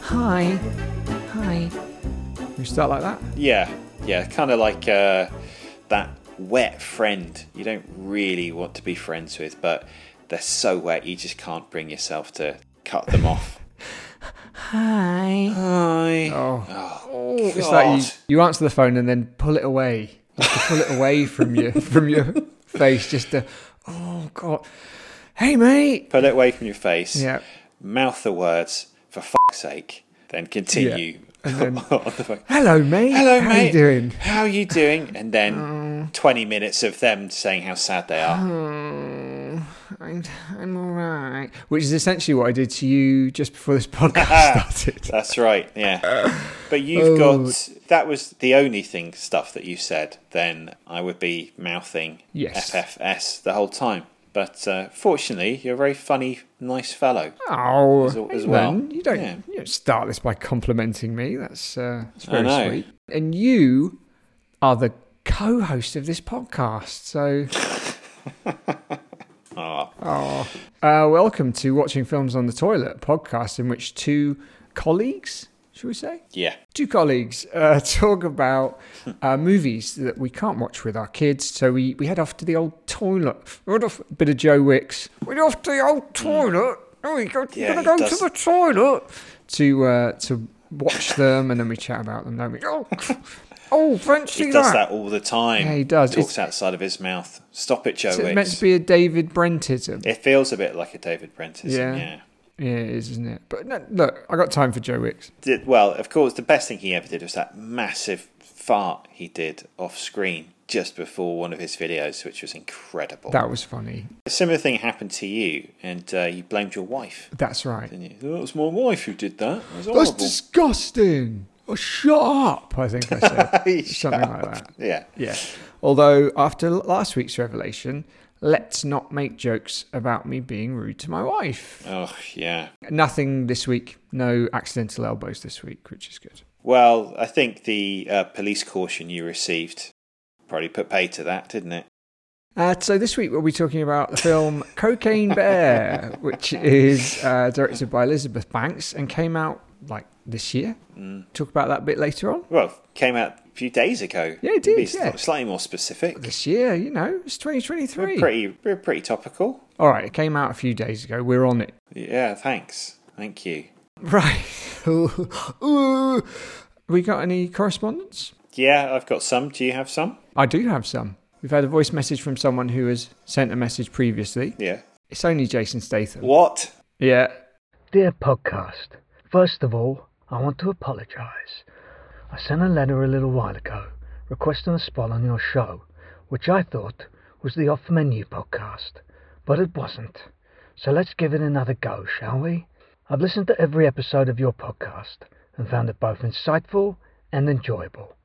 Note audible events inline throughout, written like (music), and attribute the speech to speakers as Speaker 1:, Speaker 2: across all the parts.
Speaker 1: Hi. Hi. You start like that?
Speaker 2: Yeah, yeah, kind of like uh, that wet friend you don't really want to be friends with, but they're so wet you just can't bring yourself to cut them off.
Speaker 1: (laughs) Hi.
Speaker 2: Hi.
Speaker 1: Oh.
Speaker 2: Oh,
Speaker 1: It's
Speaker 2: God.
Speaker 1: like you, you answer the phone and then pull it away. You have to pull it away from your (laughs) from your face just to Oh god. Hey mate.
Speaker 2: Pull it away from your face.
Speaker 1: Yeah.
Speaker 2: Mouth the words for fuck's sake. Then (laughs) continue. on the phone.
Speaker 1: Hello mate.
Speaker 2: Hello,
Speaker 1: How
Speaker 2: mate.
Speaker 1: you doing? Mm.
Speaker 2: How are you doing? And then 20 minutes of them saying how sad they are.
Speaker 1: Mm, I'm I'm alright. Which is essentially what I did to you just before
Speaker 2: (laughs)
Speaker 1: this podcast started.
Speaker 2: That's right, yeah. But you've got.
Speaker 1: Oh.
Speaker 2: That was the only thing, stuff that you said. Then I would be mouthing
Speaker 1: Yes.
Speaker 2: FFS the whole time. But uh, fortunately, you're a very funny, nice fellow.
Speaker 1: Oh,
Speaker 2: As- as
Speaker 1: hey,
Speaker 2: well.
Speaker 1: man, you don't
Speaker 2: Yeah.
Speaker 1: you don't start this by complimenting me. That's uh, that's
Speaker 2: I
Speaker 1: very
Speaker 2: know.
Speaker 1: sweet. And you are the co-host of this podcast,
Speaker 2: (laughs)
Speaker 1: so
Speaker 2: Ah,
Speaker 1: uh, welcome to watching films on the toilet a podcast, in which two colleagues, should we say,
Speaker 2: yeah.
Speaker 1: two colleagues uh, (laughs) talk about uh, movies that we can't watch with our kids. So we, we head off to the old toilet. We head off a bit of Joe Wicks. We're off to the old toilet. Oh, we go,
Speaker 2: Hmm. Yeah,
Speaker 1: we're gonna
Speaker 2: he
Speaker 1: go
Speaker 2: does.
Speaker 1: to the toilet to uh, to watch them, and then we chat about them, don't we? Oh, (laughs) oh, fancy
Speaker 2: He does that all the time.
Speaker 1: Yeah, he does.
Speaker 2: Talks
Speaker 1: It's-
Speaker 2: outside of his mouth. Stop it, Joe
Speaker 1: Is it meant
Speaker 2: Wicks.
Speaker 1: to be a David Brentism?
Speaker 2: It feels a bit like a David Brentism,
Speaker 1: Yeah.
Speaker 2: yeah.
Speaker 1: Yeah, it is, isn't it? But no, look, I got time for Joe Wicks.
Speaker 2: Did- Well, of course, the best thing he ever did was that massive fart he did off screen just before one of his videos, which was incredible.
Speaker 1: That was funny.
Speaker 2: a similar thing happened to you, and uh, you blamed your wife.
Speaker 1: That's right.
Speaker 2: Didn't you? That was my wife who did that. It
Speaker 1: That's
Speaker 2: was
Speaker 1: (laughs)
Speaker 2: horrible.
Speaker 1: disgusting. Oh, shut up! I think I
Speaker 2: (laughs)
Speaker 1: said something like that.
Speaker 2: yeah.
Speaker 1: Yeah. Although, after l- last week's revelation, let's not make jokes about me being rude to my wife.
Speaker 2: Oh, yeah.
Speaker 1: Nothing this week. No accidental elbows this week, which is good.
Speaker 2: Well, I think the uh, police caution you received probably put pay to that, didn't it?
Speaker 1: Uh, so this week we'll be talking about the film Cocaine Bear, which is uh, directed by Elizabeth Banks and came out like this year. Talk about that a bit later on.
Speaker 2: Well, came out a few days ago.
Speaker 1: Yeah, it did,
Speaker 2: Be sl-
Speaker 1: yeah.
Speaker 2: Slightly more specific.
Speaker 1: This year, you know, it's 2023.
Speaker 2: Pretty, pretty topical.
Speaker 1: All right, it came out a few days ago. We're on it.
Speaker 2: Yeah, thanks. Thank you.
Speaker 1: (laughs) Right. Ooh. we got any correspondence?
Speaker 2: Yeah, I've got some. Do you have some?
Speaker 1: I do have some. We've had a voice message from someone who has sent a message previously.
Speaker 2: Yeah.
Speaker 1: It's only Jason Statham.
Speaker 2: What?
Speaker 1: Yeah.
Speaker 3: Dear podcast, first of all, I want to apologise. I sent a letter a little while ago requesting a spot on your show, which I thought was the off menu podcast, but it wasn't. So let's give it another go, shall we? I've listened to every episode of your podcast and found it both insightful and enjoyable.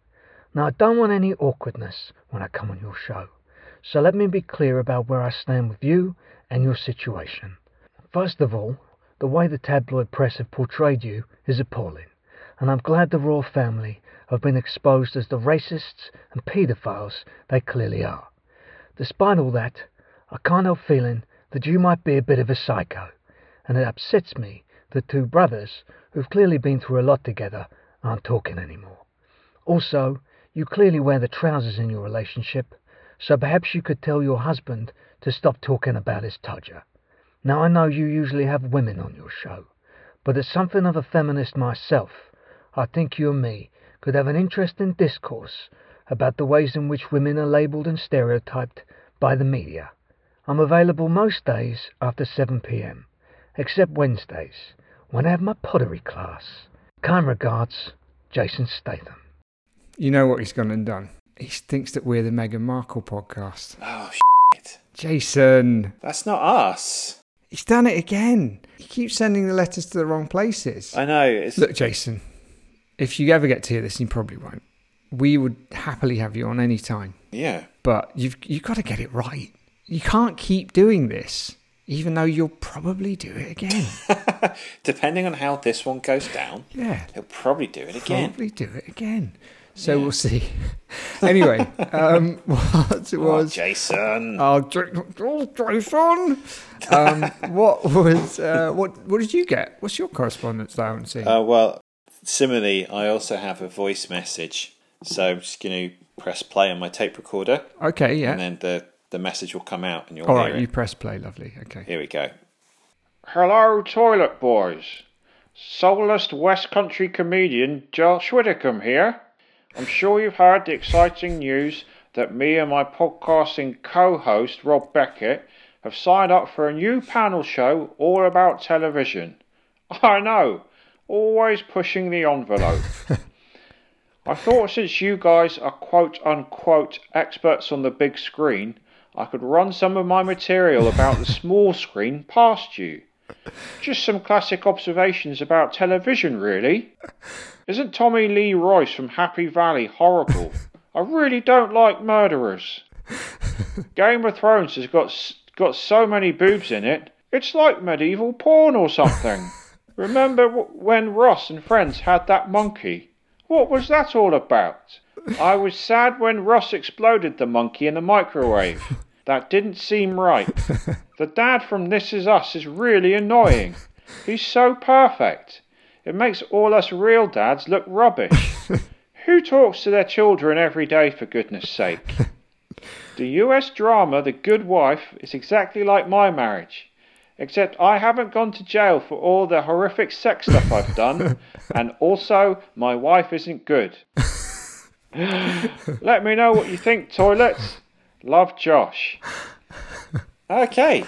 Speaker 3: Now, I don't want any awkwardness when I come on your show, so let me be clear about where I stand with you and your situation. First of all, the way the tabloid press have portrayed you is appalling, and I'm glad the royal family have been exposed as the racists and paedophiles they clearly are. Despite all that, I can't help feeling that you might be a bit of a psycho, and it upsets me that two brothers who've clearly been through a lot together aren't talking anymore. Also, you clearly wear the trousers in your relationship, so perhaps you could tell your husband to stop talking about his todger. Now, I know you usually have women on your show, but as something of a feminist myself, I think you and me could have an interesting discourse about the ways in which women are labelled and stereotyped by the media. I'm available most days after 7 pm, except Wednesdays, when I have my pottery class. Kind regards, Jason Statham.
Speaker 1: You know what he's gone and done. He thinks that we're the Meghan Markle podcast.
Speaker 2: Oh, (laughs) shit.
Speaker 1: Jason,
Speaker 2: That's not us.
Speaker 1: He's done it again. He keeps sending the letters to the wrong places.
Speaker 2: I know. It's,
Speaker 1: Look, Jason, if you ever get to hear this, and you probably won't, we would happily have you on any time.
Speaker 2: yeah.
Speaker 1: But you've you've got to get it right. You can't keep doing this, even though you'll probably do it
Speaker 2: (laughs)
Speaker 1: again.
Speaker 2: Depending on how this one goes down,
Speaker 1: Yeah.
Speaker 2: he'll probably do it again.
Speaker 1: Probably do it again. So we'll see. (laughs) anyway,
Speaker 2: (laughs)
Speaker 1: um, what
Speaker 2: Oh,
Speaker 1: was
Speaker 2: Jason.
Speaker 1: Oh, J- oh, Jason. Um, what was uh, what? What did you get? What's your correspondence? I haven't seen.
Speaker 2: Uh, well, similarly, I also have a voice message. So I'm just going to press play on my tape recorder,
Speaker 1: okay,
Speaker 2: and
Speaker 1: yeah.
Speaker 2: then the, the message will come out, and you'll
Speaker 1: All
Speaker 2: hear
Speaker 1: right,
Speaker 2: it.
Speaker 1: you press play. Lovely. Okay.
Speaker 2: Here we go.
Speaker 4: Hello, Toilet Boys. Soulless West Country comedian Josh Whitcomb here. I'm sure you've heard the exciting news that me and my podcasting co host Rob Beckett have signed up for a new panel show all about television. I know, always pushing the envelope. I thought since you guys are quote unquote experts on the big screen, I could run some of my material about the small screen past you. Just some classic observations about television, really. Isn't Tommy Lee Royce from Happy Valley horrible? I really don't like murderers. Game of Thrones has got s- got so many boobs in it. It's like medieval porn or something. Remember w- when Ross and friends had that monkey? What was that all about? I was sad when Ross exploded the monkey in the microwave. That didn't seem right. The dad from This Is Us is really annoying. He's so perfect. It makes all us real dads look rubbish. Who talks to their children every day, for goodness sake? The US drama The Good Wife is exactly like my marriage, except I haven't gone to jail for all the horrific sex stuff I've done, and also my wife isn't good. Let me know what you think, toilets. Love Josh.
Speaker 2: Okay.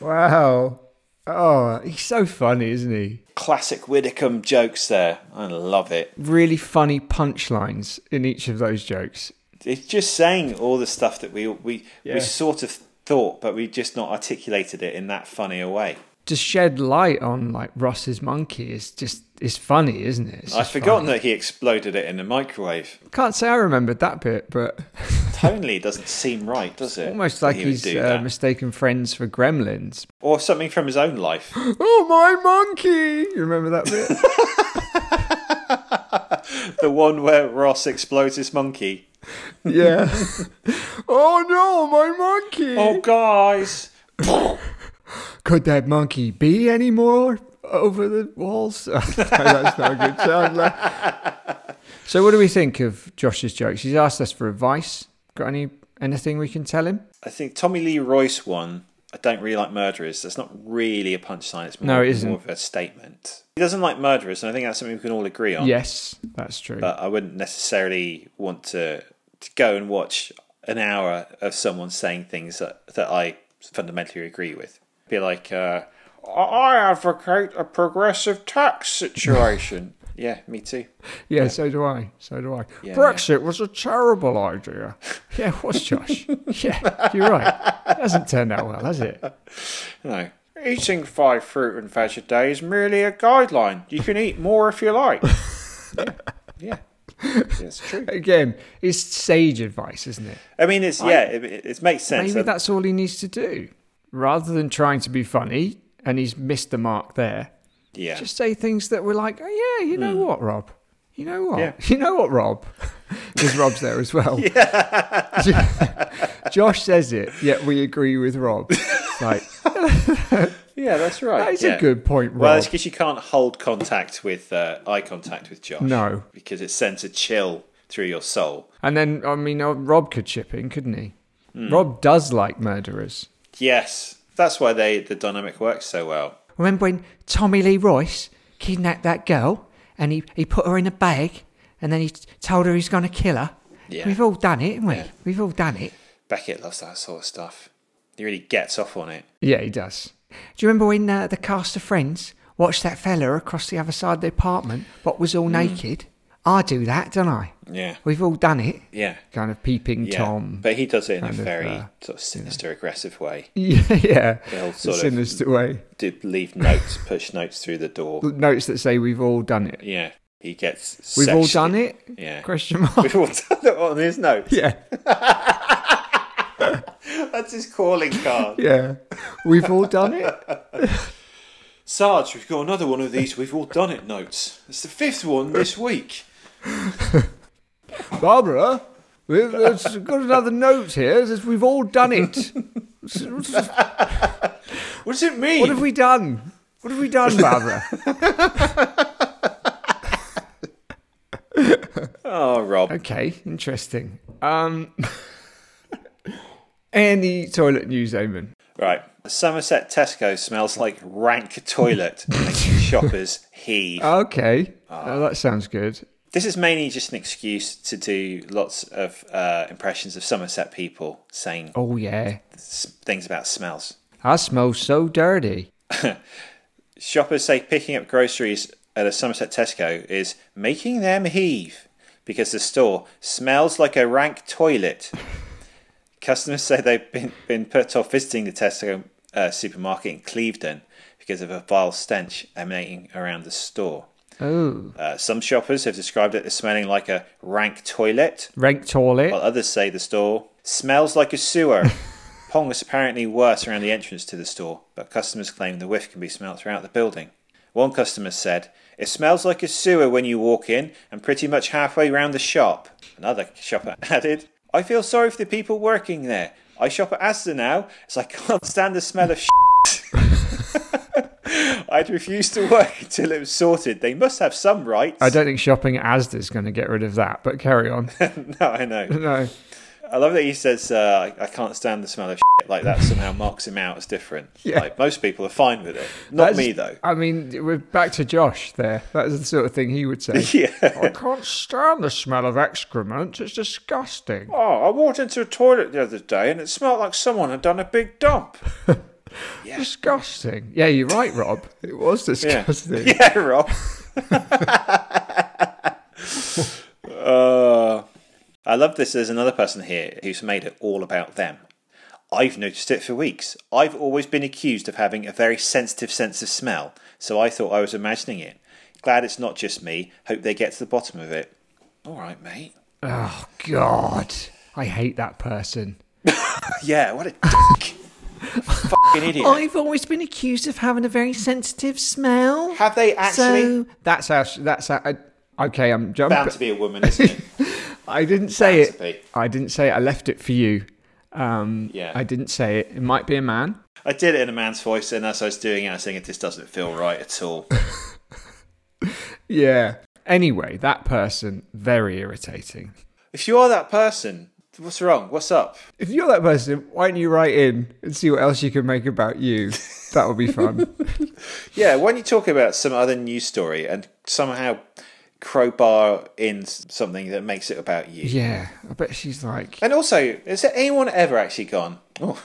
Speaker 1: Wow. Oh, he's so funny, isn't he?
Speaker 2: Classic Widdicombe jokes there. I love it.
Speaker 1: Really funny punchlines in each of those jokes.
Speaker 2: It's just saying all the stuff that we we we sort of thought, but we just not articulated it in that funnier way.
Speaker 1: To shed light on like Ross's monkey is just is funny, isn't it? It's
Speaker 2: I've
Speaker 1: just
Speaker 2: forgotten
Speaker 1: funny.
Speaker 2: that he exploded it in the microwave.
Speaker 1: Can't say I remembered that bit,
Speaker 2: (laughs)
Speaker 1: but
Speaker 2: Tonally doesn't seem right, does it?
Speaker 1: almost
Speaker 2: that
Speaker 1: like
Speaker 2: he would
Speaker 1: he's
Speaker 2: do
Speaker 1: uh,
Speaker 2: that.
Speaker 1: mistaken friends for gremlins.
Speaker 2: or something from his own life. (gasps)
Speaker 1: Oh my monkey! You remember that
Speaker 2: (laughs)
Speaker 1: bit?
Speaker 2: the one where Ross explodes his monkey.
Speaker 1: yeah. (laughs) oh no, my monkey!
Speaker 2: Oh, guys!
Speaker 1: Could that monkey be any more over the walls? (laughs) No, That's not a good sound. like. so, what do we think of Josh's jokes? He's asked us for advice. Got any anything we can tell him?
Speaker 2: I think Tommy Lee Royce one. I don't really like murderers. That's not really a punchline. It's more,
Speaker 1: No, it isn't.
Speaker 2: more of a statement. He doesn't like murderers, and I think that's something we can all agree on.
Speaker 1: Yes, that's true.
Speaker 2: But I wouldn't necessarily want to, to go and watch an hour of someone saying things that, that I fundamentally agree with. Be like, uh,
Speaker 4: I- I advocate a progressive tax situation.
Speaker 2: yeah, me too.
Speaker 1: yeah, so do I. So do I. Brexit was a terrible idea. Yeah, it was Josh. yeah, you're right. It hasn't turned out well, has it?
Speaker 2: No.
Speaker 4: Eating five fruit and veg a day is merely a guideline. You can eat more if you like.
Speaker 2: Yeah. It's true.
Speaker 1: Again, it's sage advice, isn't it?
Speaker 2: I mean, it's yeah, it, it, it makes sense.
Speaker 1: Maybe that's all he needs to do. Rather than trying to be funny, and he's missed the mark there,
Speaker 2: yeah,
Speaker 1: just say things that were like, oh, yeah, you know what, Rob? You know what?
Speaker 2: Hmm. Yeah.
Speaker 1: (laughs) You know what,
Speaker 2: (laughs)
Speaker 1: Rob? Because Rob's there as well. (laughs) Josh says it, yet we agree with Rob. Like,
Speaker 2: yeah, that's right.
Speaker 1: that is
Speaker 2: yeah.
Speaker 1: a good point, Rob.
Speaker 2: Well, it's because you can't hold contact with uh, eye contact with Josh.
Speaker 1: No.
Speaker 2: because it sends a chill through your soul.
Speaker 1: and then, I mean, oh, Rob could chip in, couldn't he?
Speaker 2: Hmm.
Speaker 1: Rob does like murderers.
Speaker 2: Yes, that's why they the dynamic works so well.
Speaker 1: Remember when Tommy Lee Royce kidnapped that girl and he, he put her in a bag and then he t- told her he's going to kill her?
Speaker 2: Yeah.
Speaker 1: We've all done it, haven't we? We've all done it.
Speaker 2: Beckett loves that sort of stuff. He really gets off on it.
Speaker 1: Yeah, he does. Do you remember when uh,
Speaker 2: Hmm.
Speaker 1: the cast of Friends watched that fella across the other side of the apartment, but was all naked? I do that, don't I?
Speaker 2: Yeah.
Speaker 1: We've all done it.
Speaker 2: Yeah.
Speaker 1: Kind of peeping
Speaker 2: Yeah.
Speaker 1: Tom.
Speaker 2: But he does it in a
Speaker 1: kind of,
Speaker 2: very
Speaker 1: uh,
Speaker 2: sort of sinister, aggressive way.
Speaker 1: (laughs) yeah, yeah.
Speaker 2: They'll
Speaker 1: The
Speaker 2: sort of-
Speaker 1: sinister way.
Speaker 2: To leave notes, push notes through the door.
Speaker 1: Notes that say we've all done it.
Speaker 2: Yeah. He gets.
Speaker 1: We've all
Speaker 2: sexually-
Speaker 1: done it?
Speaker 2: Yeah.
Speaker 1: Question mark.
Speaker 2: (laughs) We've all done it on his notes.
Speaker 1: yeah,
Speaker 2: That's his calling
Speaker 1: (laughs)
Speaker 2: card.
Speaker 1: yeah. We've all done it.
Speaker 2: Sarge, we've got another one of these. We've all done it notes. It's the fifth one this week.
Speaker 1: Barbara, we've it's got another note here. It says we've all done
Speaker 2: (laughs)
Speaker 1: it. what
Speaker 2: What does it mean?
Speaker 1: have we done? What have we done, Barbara?
Speaker 2: Oh, Rob.
Speaker 1: okay, interesting. Um, (laughs) any toilet news, Eamon?
Speaker 2: Right. Somerset Tesco smells like rank toilet, making shoppers heave.
Speaker 1: Okay,
Speaker 2: Ah.
Speaker 1: oh, that sounds good.
Speaker 2: This is mainly just an excuse to do lots of uh, impressions of Somerset people saying
Speaker 1: Oh yeah,
Speaker 2: s- things about smells.
Speaker 1: I smell so dirty.
Speaker 2: Shoppers say picking up groceries at a Somerset Tesco is making them heave because the store smells like a rank toilet. Customers say they've been, been put off visiting the Tesco uh, supermarket in Clevedon because of a vile stench emanating around the store.
Speaker 1: Oh,
Speaker 2: Uh, some shoppers have described it as smelling like a rank toilet,
Speaker 1: rank toilet.
Speaker 2: while others say the store smells like a sewer. Pong is apparently worse around the entrance to the store, but customers claim the whiff can be smelled throughout the building. One customer said, It smells like a sewer when you walk in and pretty much halfway round the shop. Another shopper (laughs) added, I feel sorry for the people working there. I shop at Asda now, so I can't stand the smell of (laughs) I'd refuse to work until it was sorted. They must have some rights.
Speaker 1: I don't think shopping at Asda is going to get rid of that. But carry
Speaker 2: (laughs)
Speaker 1: on.
Speaker 2: No, I know.
Speaker 1: no.
Speaker 2: I love that he says, uh, I, I can't stand the smell of shit. Like that somehow marks him out as different.
Speaker 1: Yeah.
Speaker 2: Like most people are fine with it. Not
Speaker 1: That's-
Speaker 2: me, though. (laughs)
Speaker 1: I mean, we're back to Josh there. That's the sort of thing he would
Speaker 2: (laughs)
Speaker 1: say.
Speaker 2: Yeah.
Speaker 1: I can't stand the smell of excrement. It's disgusting.
Speaker 4: Oh, I walked into a toilet the other day and it smelled like someone had done a big dump.
Speaker 1: Disgusting. Yeah, you're right, Rob. It was disgusting.
Speaker 2: (laughs) Yeah, Rob. (laughs) uh, I love this. There's another person here who's made it all about them. I've noticed it for weeks. I've always been accused of having a very sensitive sense of smell, so I thought I was imagining it. Glad it's not just me. Hope they get to the bottom of it. All right, mate.
Speaker 1: Oh, God. I hate that person.
Speaker 2: Yeah, what a (laughs) dick. Fucking idiot.
Speaker 1: I've always been accused of having a very sensitive smell.
Speaker 2: Have they actually?
Speaker 1: So that's how. That's how. I, okay, I'm jumping.
Speaker 2: Bound to be a woman, isn't it?
Speaker 1: I didn't say
Speaker 2: bound to
Speaker 1: it. I didn't say it. I left it for you. Um,
Speaker 2: Yeah.
Speaker 1: I didn't say it. It might be a man.
Speaker 2: I did it in a man's voice, and as I was doing it, I was thinking, this doesn't feel right at all.
Speaker 1: Yeah. Anyway, that person, very irritating.
Speaker 2: If you are that person, what's wrong? What's up?
Speaker 1: If you're that person, why don't you write in and see what else you can make about you? That would be
Speaker 2: (laughs)
Speaker 1: fun.
Speaker 2: Yeah, why don't you talk about some other news story and somehow crowbar in s- something that makes it about you?
Speaker 1: yeah, I bet she's like,
Speaker 2: And also, has anyone ever actually gone, oh,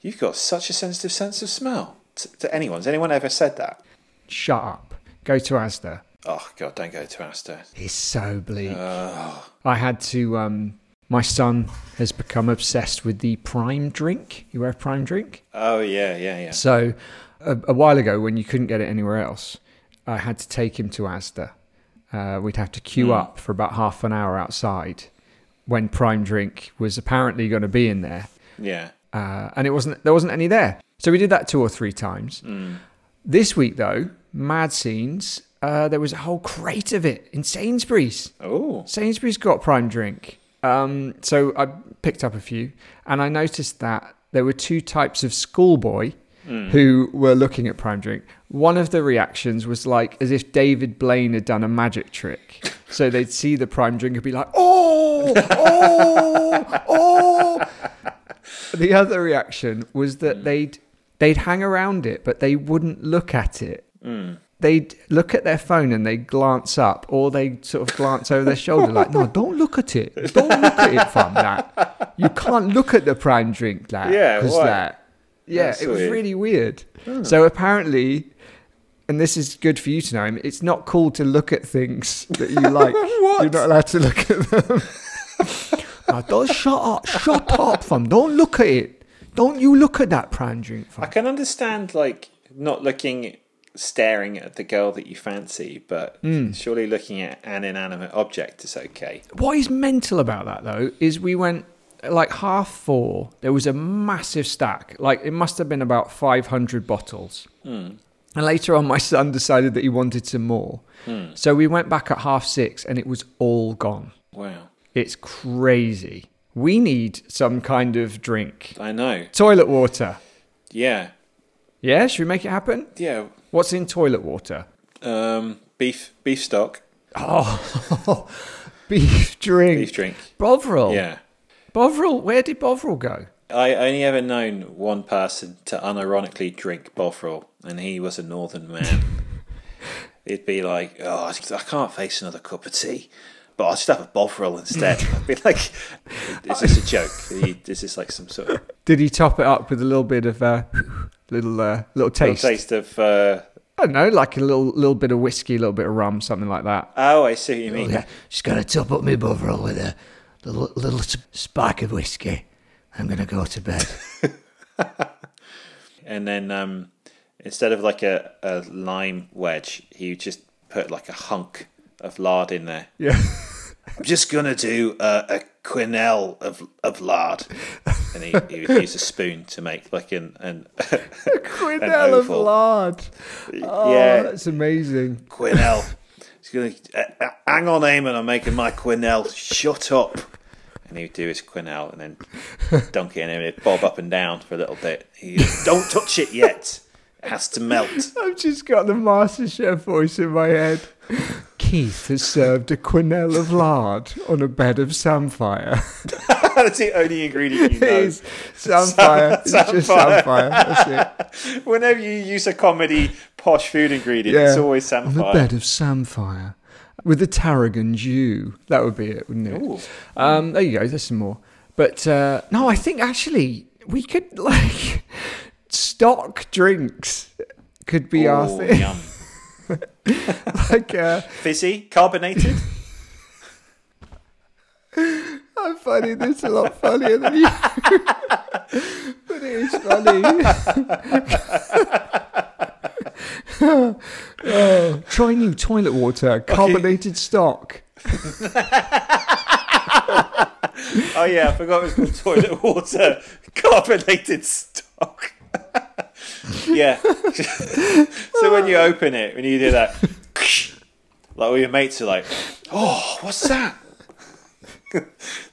Speaker 2: you've got such a sensitive sense of smell? To, to anyone? Has anyone ever said that?
Speaker 1: shut up, go to Asda.
Speaker 2: Oh, God, don't go to Asda.
Speaker 1: It's so bleak. I had to. Um, my son has become obsessed with the prime drink. You wear prime drink?
Speaker 2: Oh, yeah, yeah, yeah.
Speaker 1: So, a, a while ago, when you couldn't get it anywhere else, I had to take him to Asda. Uh, we'd have to queue up for about half an hour outside when Prime Drink was apparently going to be in there,
Speaker 2: Yeah.
Speaker 1: uh, and it wasn't. There wasn't any there. So we did that two or three times. This week, though, mad scenes. Uh, there was a whole crate of it in Sainsbury's.
Speaker 2: Oh.
Speaker 1: Sainsbury's got prime drink. Um, so I picked up a few and I noticed that there were two types of schoolboy who were looking at prime drink. One of the reactions was like as if David Blaine had done a magic trick. So they'd see the prime drink and be like, oh, oh, oh. The other reaction was
Speaker 2: Mm.
Speaker 1: that they'd they'd hang around it, but they wouldn't look at it
Speaker 2: Mm.
Speaker 1: they'd look at their phone and they glance up or they sort of glance over their shoulder like no don't look at it don't look at it from that you can't look at the prime drink that
Speaker 2: Yeah, why?
Speaker 1: that yeah
Speaker 2: That's
Speaker 1: it was
Speaker 2: weird.
Speaker 1: really weird so apparently and this is good for you to know, Em, it's not cool to look at things that you
Speaker 2: (laughs)
Speaker 1: like. You're not allowed to look at them. now, don't shut up. Shut up, fam. Don't look at it. Don't you look at that Pranjung,
Speaker 2: I
Speaker 1: fam.
Speaker 2: can understand like not looking, staring at the girl that you fancy, but surely looking at an inanimate object is okay.
Speaker 1: What is mental about that, though, is we went at, like half four, there was a massive stack. Like, it must have been about 500 bottles. And later on, my son decided that he wanted some more. So we went back at half six and it was all gone.
Speaker 2: Wow,
Speaker 1: It's crazy. We need some kind of drink.
Speaker 2: I know.
Speaker 1: Toilet water.
Speaker 2: Yeah,
Speaker 1: Yeah, should we make it happen?
Speaker 2: yeah.
Speaker 1: What's in toilet water?
Speaker 2: Um, beef, beef stock,
Speaker 1: Oh, (laughs) beef drink.
Speaker 2: beef drink.
Speaker 1: Bovril.
Speaker 2: Yeah.
Speaker 1: Bovril, where did Bovril go?
Speaker 2: I only ever known one person to unironically drink Bovril, and he was a northern man. It'd be like, oh, I just- I can't face another cup of tea, but I'll just have a Bovril instead. (laughs) I'd be like, is this a joke? He- Is this like some sort of
Speaker 1: Did he top it up with a little bit of uh, (laughs) little uh, little taste?
Speaker 2: little taste of? Uh,
Speaker 1: I don't know, like a little little bit of whiskey, a little bit of rum, something like that.
Speaker 2: oh, I see what you mean.
Speaker 5: Just gonna top up my bovril with a little, little s- spark of whiskey. I'm gonna go to bed.
Speaker 2: And then um, instead of like a, a lime wedge, he would just put like a hunk of lard in there.
Speaker 1: (laughs) Yeah.
Speaker 2: I'm just gonna do a, a quenelle of of lard, and he, he would use a spoon to make like an an (laughs)
Speaker 1: Quinella of
Speaker 2: oval.
Speaker 1: lard. Oh,
Speaker 2: yeah
Speaker 1: that's amazing.
Speaker 2: quenelle. He's gonna uh, uh, hang on, Eamon, I'm making my quenelle. Shut up. And he would do his quenelle and then dunk it in and it'd bob up and down for a little bit. He don't touch it yet. It has to (laughs) melt.
Speaker 1: I've just got the master chef voice in my head. Keith has served a quenelle of lard on a bed of samphire.
Speaker 2: That's the only
Speaker 1: (laughs)
Speaker 2: ingredient (laughs) you know.
Speaker 1: It's samphire. It's just samphire. That's
Speaker 2: (laughs)
Speaker 1: it.
Speaker 2: Whenever you use a comedy posh food ingredient,
Speaker 1: Yeah.
Speaker 2: it's always
Speaker 1: On a
Speaker 2: samphire.
Speaker 1: bed of samphire with the tarragon dew. That would be it, wouldn't it?
Speaker 2: Ooh.
Speaker 1: Um, there you go. There's some more. But uh, no, I think actually we could (laughs) like stock drinks could be our
Speaker 2: Ooh,
Speaker 1: thing. (laughs)
Speaker 2: yum.
Speaker 1: like uh,
Speaker 2: Fizzy,
Speaker 1: (laughs)
Speaker 2: carbonated.
Speaker 1: I'm funny. This is a lot funnier than you. (laughs) but it is funny. Oh, (laughs) try new toilet water, carbonated stock.
Speaker 2: Oh yeah, I forgot it was called toilet water carbonated stock. (laughs) yeah. (laughs) so when you open it, when you do that, (laughs) like all your mates are like, "Oh, what's that?" (laughs)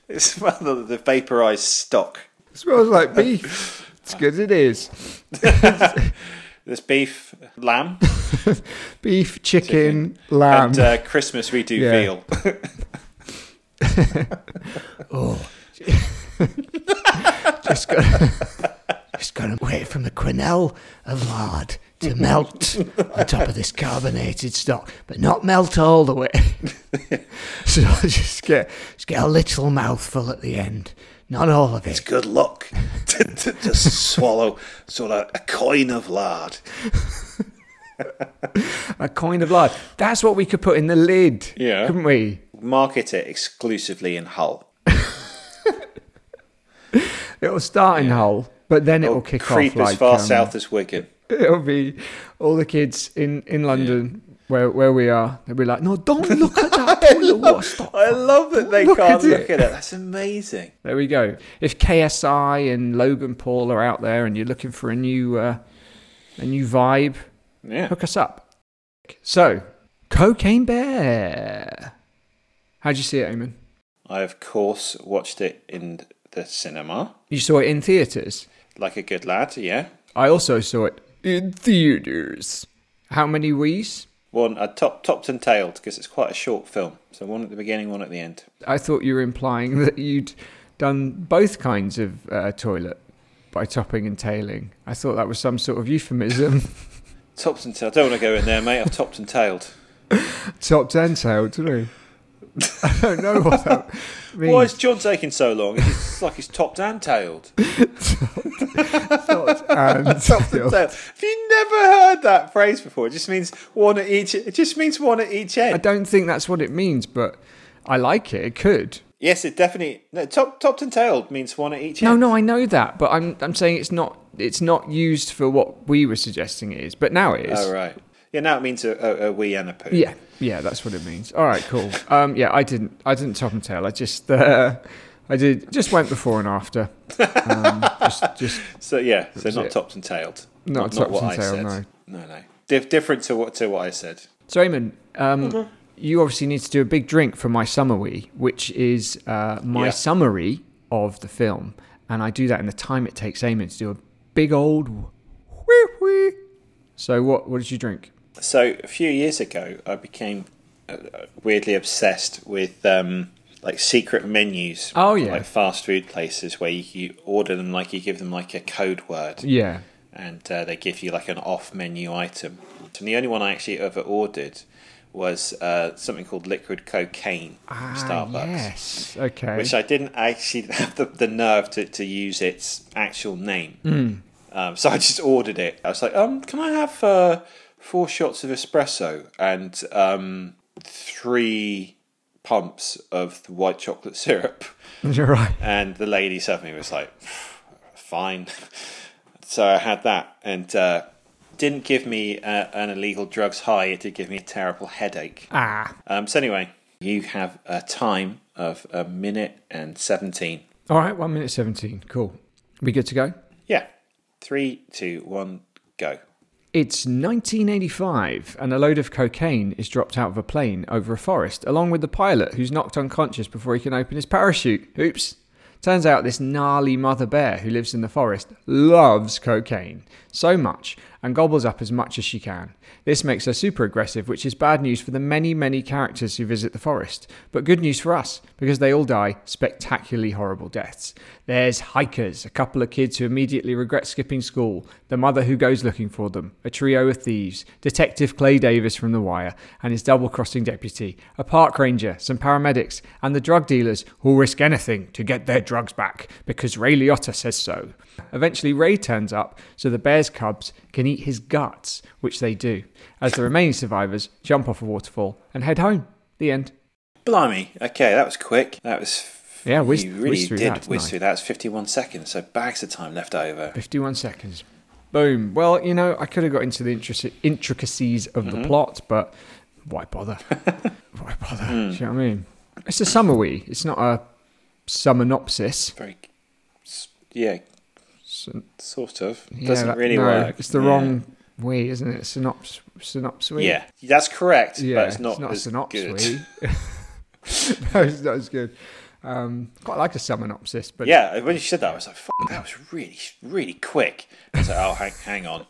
Speaker 2: it's rather the vaporized stock.
Speaker 1: smells like beef. It's good as it is.
Speaker 2: There's beef, lamb,
Speaker 1: Beef, chicken, lamb.
Speaker 2: and uh, Christmas we do
Speaker 1: Yeah.
Speaker 2: veal.
Speaker 5: Just gonna, just gonna wait from the quenelle of lard to melt on top of this carbonated stock, but not melt all the way. (laughs) so I just get, just get a little mouthful at the end, not all of it.
Speaker 2: Good luck (laughs) to, to just swallow sort of a coin of lard.
Speaker 1: a coin of lard. That's what we could put in the lid.
Speaker 2: Yeah.
Speaker 1: Couldn't we?
Speaker 2: Market it exclusively in Hull.
Speaker 1: It'll start in Hull, but then it'll kick
Speaker 2: creep
Speaker 1: off. Like,
Speaker 2: as Oh, far
Speaker 1: um,
Speaker 2: south as Wigan.
Speaker 1: (laughs) It'll be all the kids in, in London where, where we are. They'll be like, no, don't look at
Speaker 2: (laughs)
Speaker 1: that toilet water stock.
Speaker 2: I love that they
Speaker 1: Look
Speaker 2: can't
Speaker 1: at
Speaker 2: look
Speaker 1: it.
Speaker 2: at it. That's amazing.
Speaker 1: There we go. If KSI and Logan Paul are out there and you're looking for a new, uh, a new vibe,
Speaker 2: Yeah.
Speaker 1: hook us up. So, Cocaine Bear. How'd you see it, Eamon?
Speaker 2: I of course watched it in the cinema.
Speaker 1: You saw it in theatres.
Speaker 2: Like a good lad, yeah.
Speaker 1: I also saw it in theatres. How many we's?
Speaker 2: One I top topped and tailed because it's quite a short film. So one at the beginning, one at the end.
Speaker 1: I thought you were implying (laughs) that you'd done both kinds of uh, toilet by topping and tailing. I thought that was some sort of euphemism.
Speaker 2: Topped and tailed. I don't want to go in there, mate. I've topped and tailed.
Speaker 1: Topped and tailed, didn't (laughs) I? I don't know what that means.
Speaker 2: Why is John taking so long? It's like he's topped and tailed. (laughs)
Speaker 1: and
Speaker 2: So, Have you never heard that phrase before? It just means one at each. It just means one at each
Speaker 1: I
Speaker 2: end.
Speaker 1: don't think that's what it means, but I like it. It could.
Speaker 2: Yes, it definitely. No, top topped and tailed means one at each
Speaker 1: No,
Speaker 2: end.
Speaker 1: no, I know that, but I'm I'm saying it's not it's not used for what we were suggesting it is, but now it is.
Speaker 2: Oh right. Yeah, now it means a, a, a wee and a poo.
Speaker 1: Yeah, yeah, that's what it means. All right, cool. Um, yeah, I didn't I didn't top and tail. I just uh, (laughs) I did just went before and after. Um, just just
Speaker 2: So yeah, so not
Speaker 1: it.
Speaker 2: topped and tailed.
Speaker 1: Not topped and tailed,
Speaker 2: said. No, no. Dif- different to what to what I said.
Speaker 1: so Eamon, um,
Speaker 2: Mm-hmm.
Speaker 1: you obviously need to do a big drink for my summary, which is uh, my
Speaker 2: Yeah.
Speaker 1: summary of the film, and I do that in the time it takes Eamon to do a big old whee whee. So what what did you drink?
Speaker 2: So a few years ago, I became uh, weirdly obsessed with um, like secret menus.
Speaker 1: Oh,
Speaker 2: for,
Speaker 1: yeah.
Speaker 2: like fast food places where you, you order them like you give them like a code word.
Speaker 1: Yeah.
Speaker 2: and uh, they give you like an off menu item. And the only one I actually ever ordered was uh, something called liquid cocaine from
Speaker 1: Ah,
Speaker 2: Starbucks,
Speaker 1: yes. Okay. (laughs)
Speaker 2: which I didn't actually (laughs) have the, the nerve to, to use its actual name. Um, so I just ordered it. I was like, um, can I have uh, four shots of espresso and um, three pumps of the white chocolate syrup?
Speaker 1: You're right.
Speaker 2: And the lady suddenly was like, fine. (laughs) So I had that and uh, didn't give me uh, an illegal drugs high. It did give me a terrible headache.
Speaker 1: Ah.
Speaker 2: Um, so anyway, you have a time of a minute and 17.
Speaker 1: All right. One minute seventeen. Cool. We good to go?
Speaker 2: Yeah. Three, two, one, go.
Speaker 1: It's 1985, and a load of cocaine is dropped out of a plane over a forest, along with the pilot, who's knocked unconscious before he can open his parachute. Oops. Turns out this gnarly mother bear who lives in the forest loves cocaine so much and gobbles up as much as she can. This makes her super aggressive, which is bad news for the many, many characters who visit the forest, but good news for us because they all die spectacularly horrible deaths. There's hikers, a couple of kids who immediately regret skipping school, the mother who goes looking for them, a trio of thieves, Detective Clay Davis from The Wire and his double crossing deputy, a park ranger, some paramedics, and the drug dealers who'll risk anything to get their drugs back because Ray Liotta says so. Eventually, Ray turns up so the bear's cubs can eat his guts, which they do, as the remaining survivors jump off a waterfall and head home. The end.
Speaker 2: Blimey. Okay, that was quick. That was. f-
Speaker 1: Yeah, whiz-
Speaker 2: you
Speaker 1: whiz
Speaker 2: really
Speaker 1: through
Speaker 2: did
Speaker 1: that,
Speaker 2: whiz
Speaker 1: didn't I?
Speaker 2: through that. It's 51 seconds, so bags of time left over.
Speaker 1: 51 seconds. Boom. Well, you know, I could have got into the intric- intricacies of
Speaker 2: Mm-hmm.
Speaker 1: the plot, but why
Speaker 2: (laughs)
Speaker 1: bother? why bother?
Speaker 2: Mm.
Speaker 1: Do you know what I mean? It's a summary. It's not a summonopsis.
Speaker 2: Very. s- Yeah,
Speaker 1: So-
Speaker 2: sort of.
Speaker 1: yeah,
Speaker 2: Doesn't
Speaker 1: that-
Speaker 2: really
Speaker 1: no,
Speaker 2: work.
Speaker 1: It's the
Speaker 2: Yeah.
Speaker 1: wrong way, isn't it? Synops, synopsy.
Speaker 2: Yeah, that's correct.
Speaker 1: Yeah,
Speaker 2: but it's not,
Speaker 1: a
Speaker 2: as good.
Speaker 1: synopsis. (laughs) no, it's not as good. Um, quite like a summonopsis, but
Speaker 2: Yeah, when you said that, I was like, F- "That was really, really quick." I was like, "Oh, hang, hang on,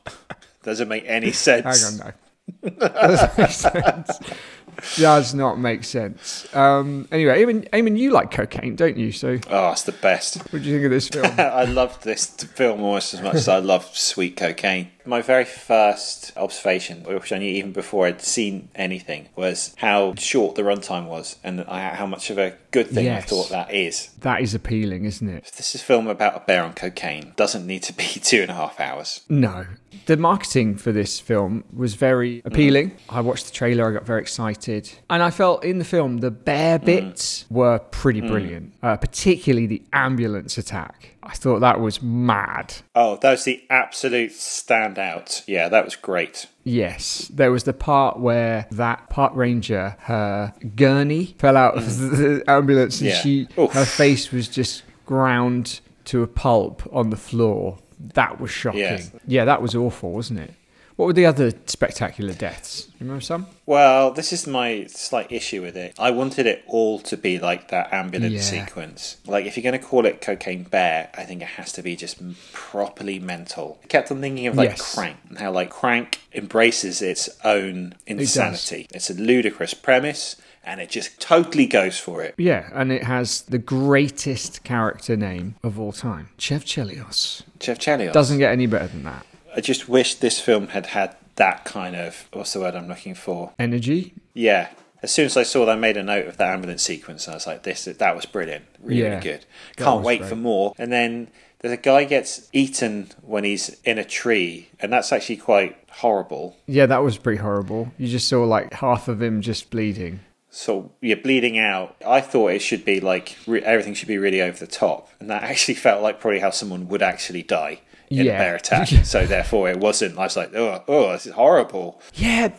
Speaker 2: doesn't make any sense."
Speaker 1: (laughs) Hang on, no. (laughs) Doesn't make sense. (laughs) Does not make sense. Um, anyway, Eamon, Eamon, you like cocaine, don't you? So,
Speaker 2: Oh, it's the best. (laughs)
Speaker 1: what do you think of this (laughs) film?
Speaker 2: I loved this film almost as much as I love sweet cocaine. My very first observation, which I knew even before I'd seen anything, was how short the runtime was, and I, how much of a good thing I
Speaker 1: Yes.
Speaker 2: thought that is.
Speaker 1: that is appealing, isn't it?
Speaker 2: This is a film about a bear on cocaine. Doesn't need to be (laughs) two and a half hours.
Speaker 1: No. The marketing for this film was very appealing. I watched the trailer, I got very excited. And I felt in the film, the bear bits were pretty brilliant, uh, particularly the ambulance attack. I thought that was mad.
Speaker 2: Oh, that was the absolute standout. Yeah, that was great.
Speaker 1: Yes, there was the part where that park ranger, her gurney, fell out of the (laughs) ambulance, and
Speaker 2: Mm. Yeah.
Speaker 1: she,
Speaker 2: Oof.
Speaker 1: her face was just ground to a pulp on the floor. That was shocking.
Speaker 2: Yes.
Speaker 1: Yeah, that was awful, wasn't it? What were the other spectacular deaths? You remember some?
Speaker 2: Well, this is my slight issue with it. I wanted it all to be like that ambulance
Speaker 1: Yeah.
Speaker 2: sequence. Like, if you're going to call it Cocaine Bear, I think it has to be just m- properly mental. I kept on thinking of like
Speaker 1: Yes.
Speaker 2: Crank and how like Crank embraces its own
Speaker 1: does.
Speaker 2: insanity. it's a ludicrous premise, and it just totally goes for it.
Speaker 1: Yeah, and it has the greatest character name of all time, Chev Chelios.
Speaker 2: Jeff Chalios.
Speaker 1: Doesn't get any better than that.
Speaker 2: I just wish this film had had that kind of what's the word I'm looking for?
Speaker 1: Energy,
Speaker 2: Yeah, As soon as I saw that, I made a note of that ambulance sequence, and I was like, "This, that was brilliant, really,
Speaker 1: Yeah.
Speaker 2: really good. Can't wait for more." And then the guy gets eaten when he's in a tree, and that's actually quite horrible.
Speaker 1: Yeah, that was pretty horrible. You just saw like half of him just bleeding.
Speaker 2: So you're bleeding out. I thought it should be like re- everything should be really over the top, and that actually (laughs) felt like probably how someone would actually die in
Speaker 1: Yeah.
Speaker 2: a
Speaker 1: (laughs)
Speaker 2: bear attack. so therefore, it wasn't. I was like, "Oh, oh, this is horrible."
Speaker 1: Yeah,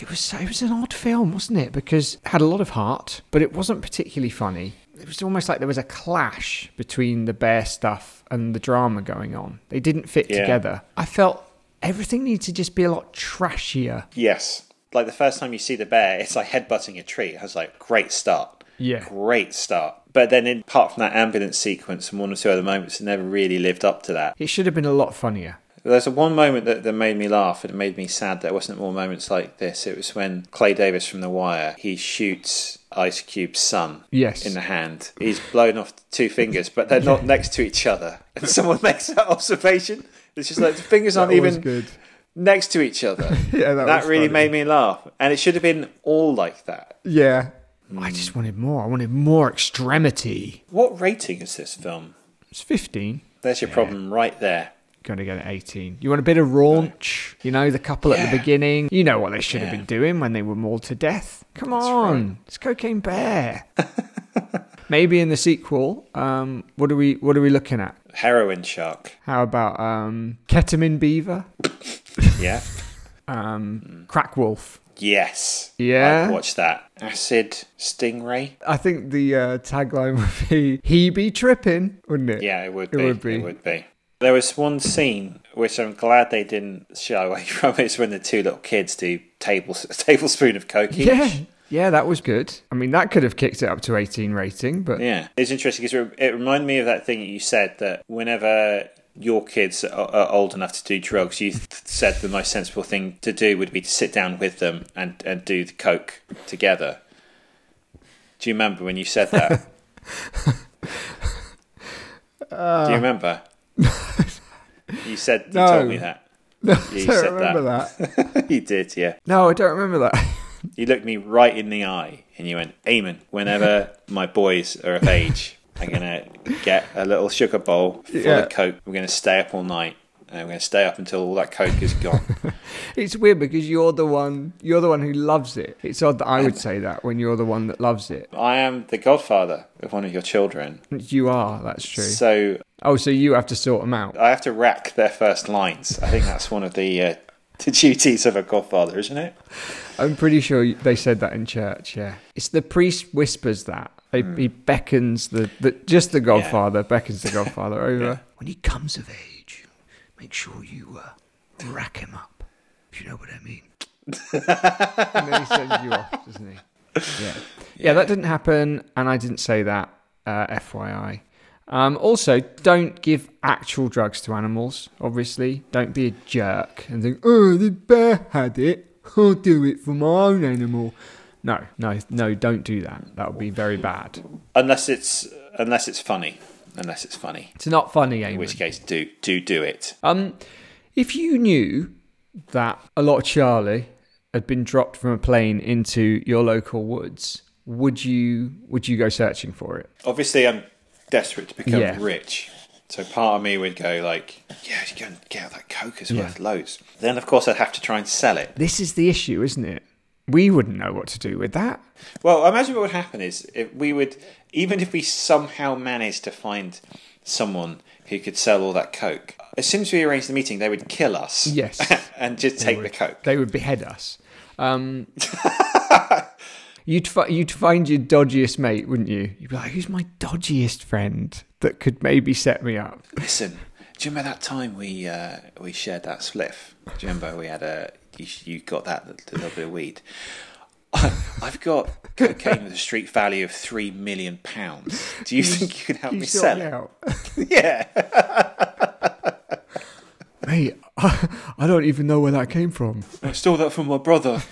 Speaker 1: it was it was an odd film, wasn't it? Because it had a lot of heart, but it wasn't particularly funny. It was almost like there was a clash between the bear stuff and the drama going on. They didn't fit
Speaker 2: Yeah.
Speaker 1: together. I felt everything needed to just be a lot trashier.
Speaker 2: Yes. Like the first time you see the bear, it's like headbutting a tree. I was like, great start.
Speaker 1: Yeah.
Speaker 2: Great start. But then, in, apart from that ambulance sequence and one or two other moments, it never really lived up to that.
Speaker 1: It should have been a lot funnier.
Speaker 2: There's one moment that, that made me laugh and it made me sad there wasn't more moments like this. It was when Clay Davis from The Wire, he shoots Ice Cube's son
Speaker 1: Yes.
Speaker 2: in the hand. He's blown off two fingers, but they're not next to each other. And someone (laughs) makes that observation. It's just like the fingers aren't even next to each other.
Speaker 1: (laughs) Yeah, that was
Speaker 2: really
Speaker 1: funny.
Speaker 2: made me laugh. And it should have been all like that.
Speaker 1: Yeah. I just wanted more. I wanted more extremity.
Speaker 2: What rating is this film?
Speaker 1: It's 15.
Speaker 2: There's your problem right there.
Speaker 1: Going to get an 18. You want a bit of raunch, you know, the couple at the
Speaker 2: Yeah.
Speaker 1: beginning. You know what they should have
Speaker 2: Yeah.
Speaker 1: been doing when they were mauled to death. Come on, it's Cocaine
Speaker 2: (laughs)
Speaker 1: Bear. Maybe in the sequel, um, what are we what are we looking at?
Speaker 2: Heroin shark.
Speaker 1: How about um, Ketamine Beaver,
Speaker 2: Yeah.
Speaker 1: um, Crack Wolf?
Speaker 2: yes.
Speaker 1: Yeah.
Speaker 2: I'd watch that. Acid stingray.
Speaker 1: I think the uh, tagline would be "He be tripping," wouldn't it?
Speaker 2: Yeah, it would
Speaker 1: It
Speaker 2: be.
Speaker 1: would be.
Speaker 2: It would be. There was one scene which I'm glad they didn't shy away (laughs) from. It's when the two little kids do tables, (laughs) tablespoon of coke each.
Speaker 1: Yeah, yeah, that was good. I mean, that could have kicked it up to 18 rating, but
Speaker 2: Yeah, it's interesting because it reminded me of that thing that you said that whenever your kids are, are old enough to do drugs, you th- said the most sensible thing to do would be to sit down with them and, and do the coke together. Do you remember when you
Speaker 1: (laughs)
Speaker 2: said that? do you
Speaker 1: (laughs)
Speaker 2: remember? you said you
Speaker 1: Uh. No.
Speaker 2: told me that.
Speaker 1: (laughs) I
Speaker 2: you
Speaker 1: don't
Speaker 2: said
Speaker 1: remember that.
Speaker 2: that. (laughs) you did, yeah.
Speaker 1: No, I don't remember that.
Speaker 2: You looked me right in the eye and you went, Eamon,
Speaker 1: (laughs)
Speaker 2: whenever my boys are of age, I'm going to get a little sugar bowl full
Speaker 1: Yeah.
Speaker 2: of Coke. We're going to stay up all night and we're going to stay up until all that Coke
Speaker 1: (laughs)
Speaker 2: is gone.
Speaker 1: It's weird because you're the one you're the one who loves it. It's odd that I would say that when you're the one that loves it.
Speaker 2: I am the godfather of one of your children.
Speaker 1: You are, that's true.
Speaker 2: So
Speaker 1: Oh, so you have to sort them out.
Speaker 2: I have to rack their first lines. I think that's one of the, uh, the duties of a godfather, isn't it?
Speaker 1: I'm pretty sure you- they said that in church, yeah. It's the priest whispers that. They, He beckons the, the just the godfather beckons the godfather over.
Speaker 5: When he comes of age, make sure you uh, rack him up. If you know what I mean.
Speaker 1: and then he sends you off, doesn't he? Yeah. yeah. that didn't happen, and I didn't say that, uh, FYI. Um, also, don't give actual drugs to animals, obviously. Don't be a jerk and think, oh, the bear had it. I'll do it for my own animal. No, no, no, don't do that. That would be very bad.
Speaker 2: Unless it's unless it's funny. Unless it's funny.
Speaker 1: It's not funny,
Speaker 2: In
Speaker 1: Amy.
Speaker 2: which case do do do it.
Speaker 1: Um, if you knew that a lot of Charlie had been dropped from a plane into your local woods, would you would you go searching for it?
Speaker 2: obviously I'm desperate to become
Speaker 1: Yeah.
Speaker 2: rich. So part of me would go like, yeah, you go and get out that coke is
Speaker 1: Yeah.
Speaker 2: worth loads. Then of course I'd have to try and sell it.
Speaker 1: This is the issue, isn't it? We wouldn't know what to do with that.
Speaker 2: Well, I imagine what would happen is if we would, even if we somehow managed to find someone who could sell all that coke, as soon as we arranged the meeting, they would kill us.
Speaker 1: Yes.
Speaker 2: (laughs) and just take the coke.
Speaker 1: They would behead us. Um, (laughs) you'd fi- you'd find your dodgiest mate, wouldn't you? You'd be like, "Who's my dodgiest friend that could maybe set me up?"
Speaker 2: Listen, do you remember that time we uh, we shared that spliff? Do you remember we had a you, you got that little bit of weed? (laughs) I, I've got cocaine with a street value of three million pounds. Do you think you can help me
Speaker 1: You sort
Speaker 2: sell
Speaker 1: me
Speaker 2: it?
Speaker 1: out.
Speaker 2: Yeah.
Speaker 1: (laughs) Mate, (laughs) I, I don't even know where that came from.
Speaker 2: I stole that from my brother.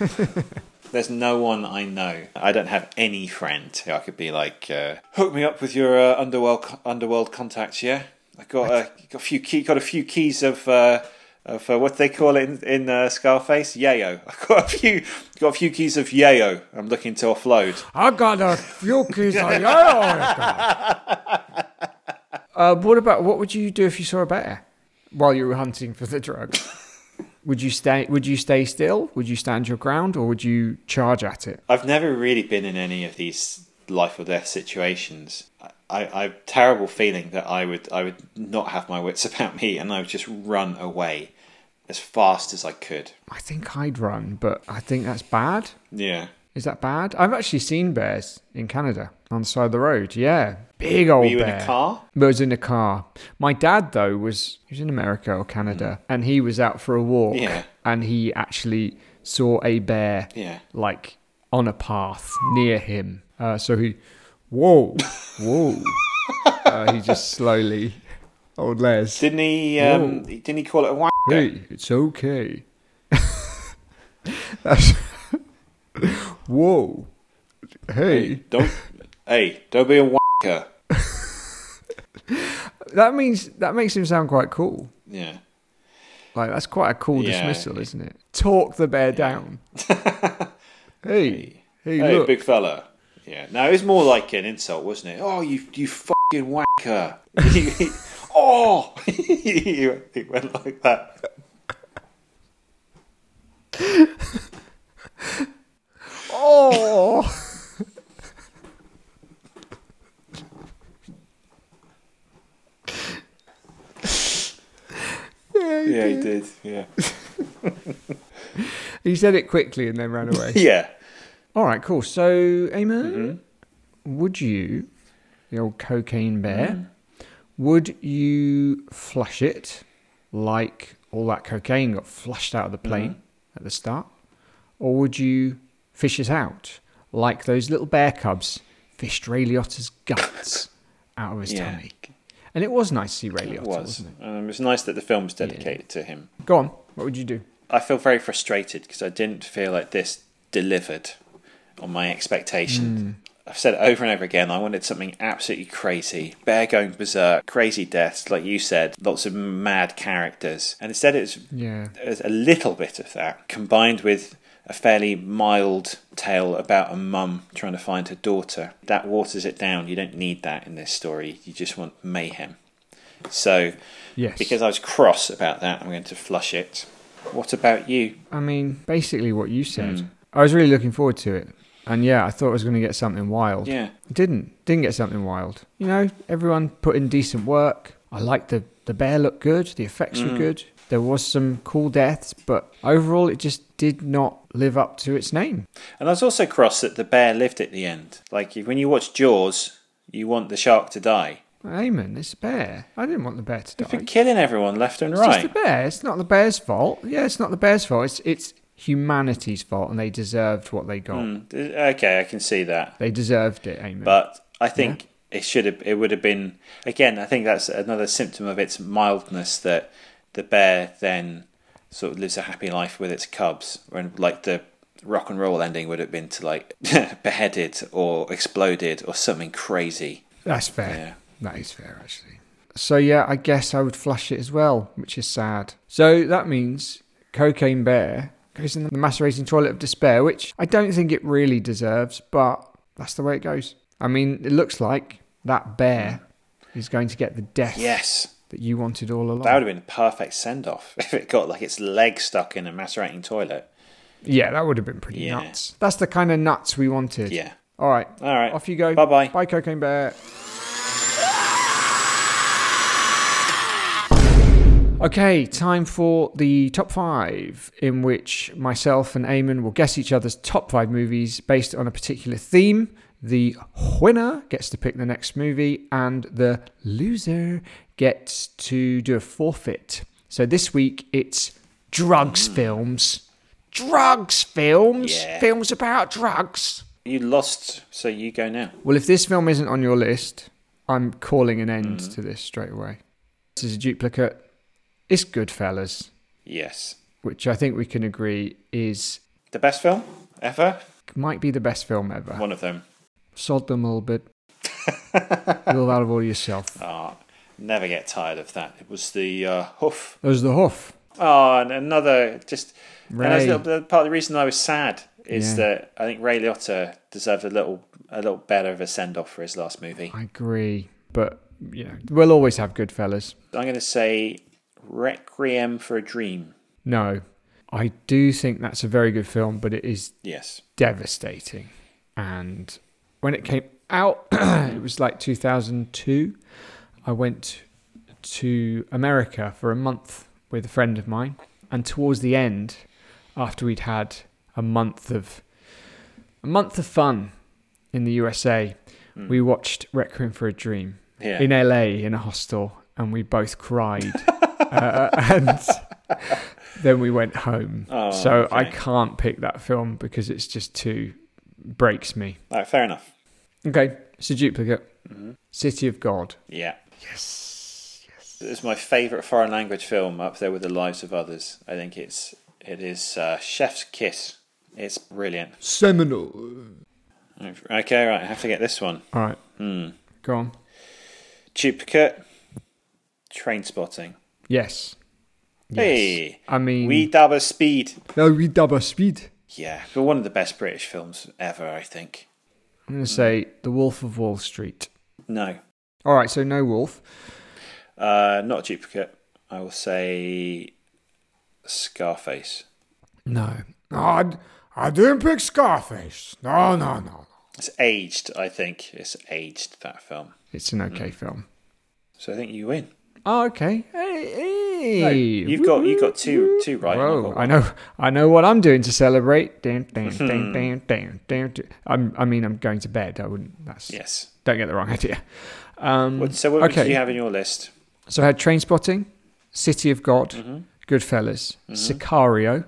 Speaker 2: There's no one I know. I don't have any friend who I could be like, uh, hook me up with your uh, underworld underworld contacts. Yeah, I got a got a few key, got a few keys of uh, of uh, what they call it in, in uh, Scarface, yayo. (laughs) I've got a few, got a few keys of yayo. I'm looking to offload.
Speaker 1: I got a few keys
Speaker 2: (laughs)
Speaker 1: of yayo. Uh, what about what would you do if you saw a bear while you were hunting for the
Speaker 2: (laughs)
Speaker 1: drug? would you stay? Would you stay still? Would you stand your ground, or would you charge at it?
Speaker 2: I've never really been in any of these life or death situations. I, I, I have a terrible feeling that I would I would not have my wits (laughs) about me and I would just run away as fast as I could.
Speaker 1: I think I'd run, but I think that's bad.
Speaker 2: Yeah.
Speaker 1: Is that bad? I've actually seen bears in Canada on the side of the road. Yeah, big old
Speaker 2: Were you in
Speaker 1: bear.
Speaker 2: a car?
Speaker 1: I was in a car. My dad though was he was in America or Canada, and he was out for a walk,
Speaker 2: Mm. Yeah.
Speaker 1: and he actually saw a bear,
Speaker 2: Yeah.
Speaker 1: like on a path near him. Uh, so he, whoa,
Speaker 2: (laughs)
Speaker 1: whoa, uh, he just slowly, old Les,
Speaker 2: Didn't he? Um, didn't he call it a whack?
Speaker 1: hey, it's okay. (laughs) That's, whoa, hey. (laughs)
Speaker 2: Don't. hey, don't be a whacker.
Speaker 1: That means that makes him sound quite cool.
Speaker 2: Yeah.
Speaker 1: Like that's quite a cool
Speaker 2: Yeah.
Speaker 1: dismissal, isn't it? Talk the bear
Speaker 2: (laughs)
Speaker 1: down. hey, hey,
Speaker 2: Hey,
Speaker 1: look,
Speaker 2: big fella. Yeah. No, it was more like an insult, wasn't it? Oh, you you fucking
Speaker 1: (laughs)
Speaker 2: whacker. (laughs) oh, (laughs) it went like that.
Speaker 1: oh, (laughs)
Speaker 2: Yeah, he did.
Speaker 1: (laughs)
Speaker 2: Yeah.
Speaker 1: he said it quickly and then ran away.
Speaker 2: Yeah.
Speaker 1: All right, cool. So, Eamon,
Speaker 2: Mm-hmm.
Speaker 1: would you, the old cocaine bear,
Speaker 2: Mm.
Speaker 1: would you flush it like all that cocaine got flushed out of the
Speaker 2: Mm-hmm.
Speaker 1: plane at the start? Or would you fish it out like those little bear cubs fished Ray Liotta's guts out of his
Speaker 2: Yeah.
Speaker 1: tummy? And it was nice to see Ray Liotta,
Speaker 2: It
Speaker 1: was.
Speaker 2: was.
Speaker 1: not
Speaker 2: Um, it was nice that the film was dedicated to him.
Speaker 1: it? Go on, what would you do?
Speaker 2: I feel very frustrated because I didn't feel like this delivered on my expectations.
Speaker 1: Hmm.
Speaker 2: I've said it over and over again. I wanted something absolutely crazy, bear going berserk, crazy deaths, like you said, lots of mad characters, and instead it's
Speaker 1: Yeah.
Speaker 2: there's a little bit of that combined with a fairly mild tale about a mum trying to find her daughter. That waters it down. You don't need that in this story. You just want mayhem. So,
Speaker 1: Yes.
Speaker 2: because I was cross about that, I'm going to flush it. What about you?
Speaker 1: I mean, basically what you said.
Speaker 2: Hmm.
Speaker 1: I was really looking forward to it. And yeah, I thought I was going to get something wild.
Speaker 2: Yeah.
Speaker 1: Didn't. Didn't get something wild. You know, everyone put in decent work. I liked the, the bear looked good. The effects
Speaker 2: Hmm.
Speaker 1: were good. There was some cool deaths, but overall it just did not live up to its name.
Speaker 2: And I was also cross that the bear lived at the end. Like when you watch Jaws, you want the shark to die.
Speaker 1: Amen, it's a bear. I didn't want the bear to die.
Speaker 2: They're killing everyone left and
Speaker 1: It's
Speaker 2: right.
Speaker 1: just the bear. It's not the bear's fault. Yeah, it's not the bear's fault. It's it's humanity's fault and they deserved what they got.
Speaker 2: Mm, Okay, I can see that.
Speaker 1: They deserved it, Amen.
Speaker 2: but I think it should have. It would have been again. I think that's another symptom of its mildness that the bear then sort of lives a happy life with its cubs. When like the rock and roll ending would have been to like (laughs) beheaded or exploded or something crazy.
Speaker 1: That's fair.
Speaker 2: Yeah.
Speaker 1: That is fair, actually. So, yeah, I guess I would flush it as well, which is sad. So that means Cocaine Bear goes in the macerating toilet of despair, which I don't think it really deserves, but that's the way it goes. I mean, it looks like that bear is going to get the death
Speaker 2: Yes.
Speaker 1: that you wanted all along.
Speaker 2: That would have been a perfect send off (laughs) if it got like its leg stuck in a macerating toilet.
Speaker 1: yeah, that would have been pretty
Speaker 2: Yeah.
Speaker 1: nuts. That's the kind of nuts we wanted.
Speaker 2: Yeah.
Speaker 1: All right.
Speaker 2: All right.
Speaker 1: Off you go.
Speaker 2: Bye-bye.
Speaker 1: Bye, Cocaine Bear. Okay, time for the top five, in which myself and Eamon will guess each other's top five movies based on a particular theme. The winner gets to pick the next movie, and the loser gets to do a forfeit. So this week it's drugs films. Drugs films?
Speaker 2: Mm. Yeah.
Speaker 1: Films about drugs.
Speaker 2: You lost, so you go now.
Speaker 1: Well, if this film isn't on your list, I'm calling an end to this straight away. This is a duplicate. It's Goodfellas,
Speaker 2: Yes.
Speaker 1: which I think we can agree is
Speaker 2: The best film ever?
Speaker 1: might be the best film ever.
Speaker 2: One of them.
Speaker 1: Sod them a little bit. You'll have all yourself.
Speaker 2: Ah, never get tired of that. It was the uh, hoof.
Speaker 1: There's the hoof.
Speaker 2: Oh, and another just and that's
Speaker 1: Ray.
Speaker 2: the- the part of the reason I was sad is
Speaker 1: Yeah.
Speaker 2: that I think Ray Liotta deserved a little a little better of a send off for his last movie.
Speaker 1: I agree, but you know, we'll always have good fellas.
Speaker 2: I'm going to say Requiem for a Dream.
Speaker 1: No, I do think that's a very good film, but it is
Speaker 2: Yes.
Speaker 1: devastating. And when it came out, (clears throat) it was like 2002. I went to America for a month with a friend of mine. And towards the end, after we'd had a month of a month of fun in the USA, we watched Requiem for a Dream
Speaker 2: Yeah.
Speaker 1: in LA in a hostel, and we both cried.
Speaker 2: (laughs)
Speaker 1: uh, and then we went home.
Speaker 2: Oh,
Speaker 1: so I
Speaker 2: okay.
Speaker 1: can't pick that film because it's just too breaks me.
Speaker 2: All right, fair enough.
Speaker 1: Okay, it's a duplicate.
Speaker 2: Mm-hmm.
Speaker 1: City of God.
Speaker 2: Yeah. Yes. Yes. It's my favourite foreign language film up there with The Lives of Others. I think it's it is uh, Chef's Kiss. It's brilliant.
Speaker 1: Seminal.
Speaker 2: Okay, right. I have to get this one. Hmm.
Speaker 1: All right. Go on.
Speaker 2: Duplicate. Train spotting.
Speaker 1: Yes.
Speaker 2: Hey.
Speaker 1: I mean,
Speaker 2: We double speed.
Speaker 1: no, we double speed.
Speaker 2: Yeah, but one of the best British films ever, I think.
Speaker 1: I'm
Speaker 2: Mm.
Speaker 1: going to say The Wolf of Wall Street.
Speaker 2: No,
Speaker 1: All right, so no wolf.
Speaker 2: uh, not a duplicate. I will say Scarface.
Speaker 1: No. I, I didn't pick Scarface. No, no, no.
Speaker 2: It's aged, I think. It's aged that film.
Speaker 1: It's an okay
Speaker 2: Mm.
Speaker 1: film.
Speaker 2: So I think you win.
Speaker 1: Oh, okay. Hey, hey.
Speaker 2: You've got you got two two right. and I've
Speaker 1: Whoa!
Speaker 2: got
Speaker 1: I
Speaker 2: one.
Speaker 1: know, I know what I'm doing to celebrate. Damn,
Speaker 2: (laughs)
Speaker 1: damn, damn, damn, damn, damn. damn. I'm, I mean, I'm going to bed. I wouldn't. That's
Speaker 2: Yes.
Speaker 1: Don't get the wrong idea. Um,
Speaker 2: What, so what
Speaker 1: okay.
Speaker 2: did you have in your list?
Speaker 1: So I had Train Spotting, City of God,
Speaker 2: Mm-hmm.
Speaker 1: Goodfellas, Sicario,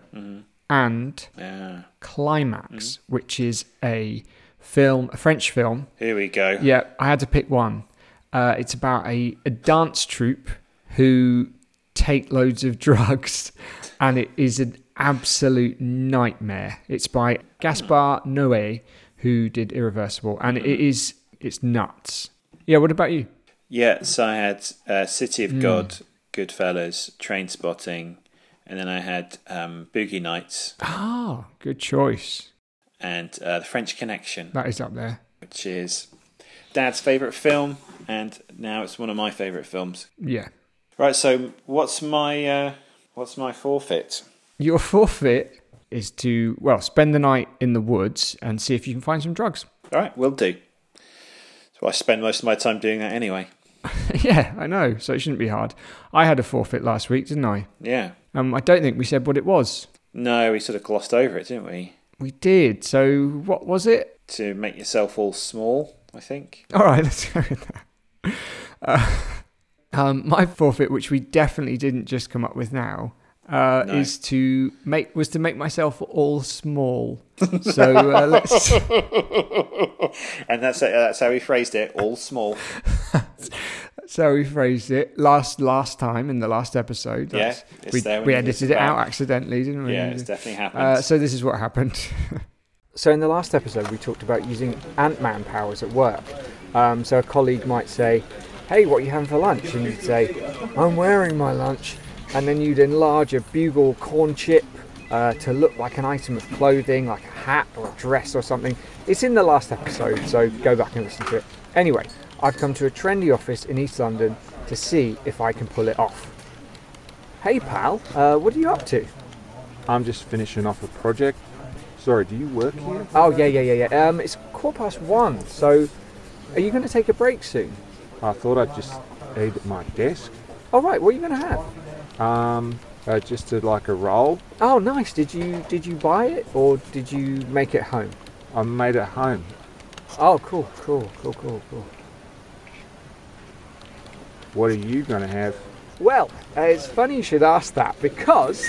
Speaker 1: and
Speaker 2: Ah,
Speaker 1: Climax,
Speaker 2: Mm-hmm.
Speaker 1: which is a film, a French film
Speaker 2: here we go.
Speaker 1: yeah, I had to pick one. Uh, it's about a, a dance troupe who take loads of (laughs) drugs, and it is an absolute nightmare. It's by Gaspar Noé, who did Irreversible, and it is it's nuts. Yeah, what about you?
Speaker 2: Yeah, so I had uh, City of
Speaker 1: Hmm.
Speaker 2: God, Goodfellas, Train Spotting, and then I had um, Boogie Nights
Speaker 1: Ah, good choice.
Speaker 2: and uh, The French Connection.
Speaker 1: That is up there.
Speaker 2: which is Dad's favourite film, and now it's one of my favourite films.
Speaker 1: Yeah,
Speaker 2: Right, so what's my uh, what's my forfeit?
Speaker 1: your (laughs) forfeit is to well spend the night in the woods and see if you can find some drugs. (laughs)
Speaker 2: All right, will do. So I spend most of my time doing that anyway.
Speaker 1: yeah, I know. So it shouldn't be hard. I had a forfeit last week, didn't I?
Speaker 2: Yeah.
Speaker 1: Um, I don't think we said what it was.
Speaker 2: No, we sort of glossed over it, didn't we?
Speaker 1: We did. So what was it? (laughs)
Speaker 2: To make yourself all small, I think.
Speaker 1: All right, let's go with that. Uh, (laughs) um, my forfeit, which we definitely didn't just come up with now, uh,
Speaker 2: No.
Speaker 1: is to make was to make myself all
Speaker 2: (laughs)
Speaker 1: small. So uh, let's (laughs)
Speaker 2: And that's that's how we phrased it.
Speaker 1: (laughs)
Speaker 2: All small.
Speaker 1: so we phrased it last last time in the last episode.
Speaker 2: Yeah,
Speaker 1: That's-
Speaker 2: it's
Speaker 1: we,
Speaker 2: there when
Speaker 1: we
Speaker 2: it
Speaker 1: edited
Speaker 2: is
Speaker 1: it out
Speaker 2: back.
Speaker 1: accidentally, didn't we?
Speaker 2: Yeah, it's definitely happened.
Speaker 1: Uh, so this is what happened. (laughs) so in the last episode, we talked about using Ant-Man powers at work. Um, so a colleague might say, "Hey, what are you having for lunch?" And you'd say, "I'm wearing my lunch," and then you'd enlarge a bugle corn chip. Uh, to look like an item of clothing, like a hat or a dress or something. It's in the last episode, so go back and listen to it. Anyway, I've come to a trendy office in East London to see if I can pull it off. Hey pal, uh, what are you up to?
Speaker 6: I'm just finishing off a project. Sorry, do you work here?
Speaker 1: Oh yeah, yeah, yeah, yeah. Um, it's quarter past one. So, are you going to take a break soon?
Speaker 6: I thought I'd just eat at my desk.
Speaker 1: All "Oh, right. What are you going to have?
Speaker 6: Um, uh, just to, like a roll.
Speaker 1: Oh, nice. Did you did you buy it or did you make it home?
Speaker 6: I made at home.
Speaker 1: Oh, cool, cool, cool, cool, cool.
Speaker 6: What are you gonna have?
Speaker 1: Well, uh, it's funny you should ask that because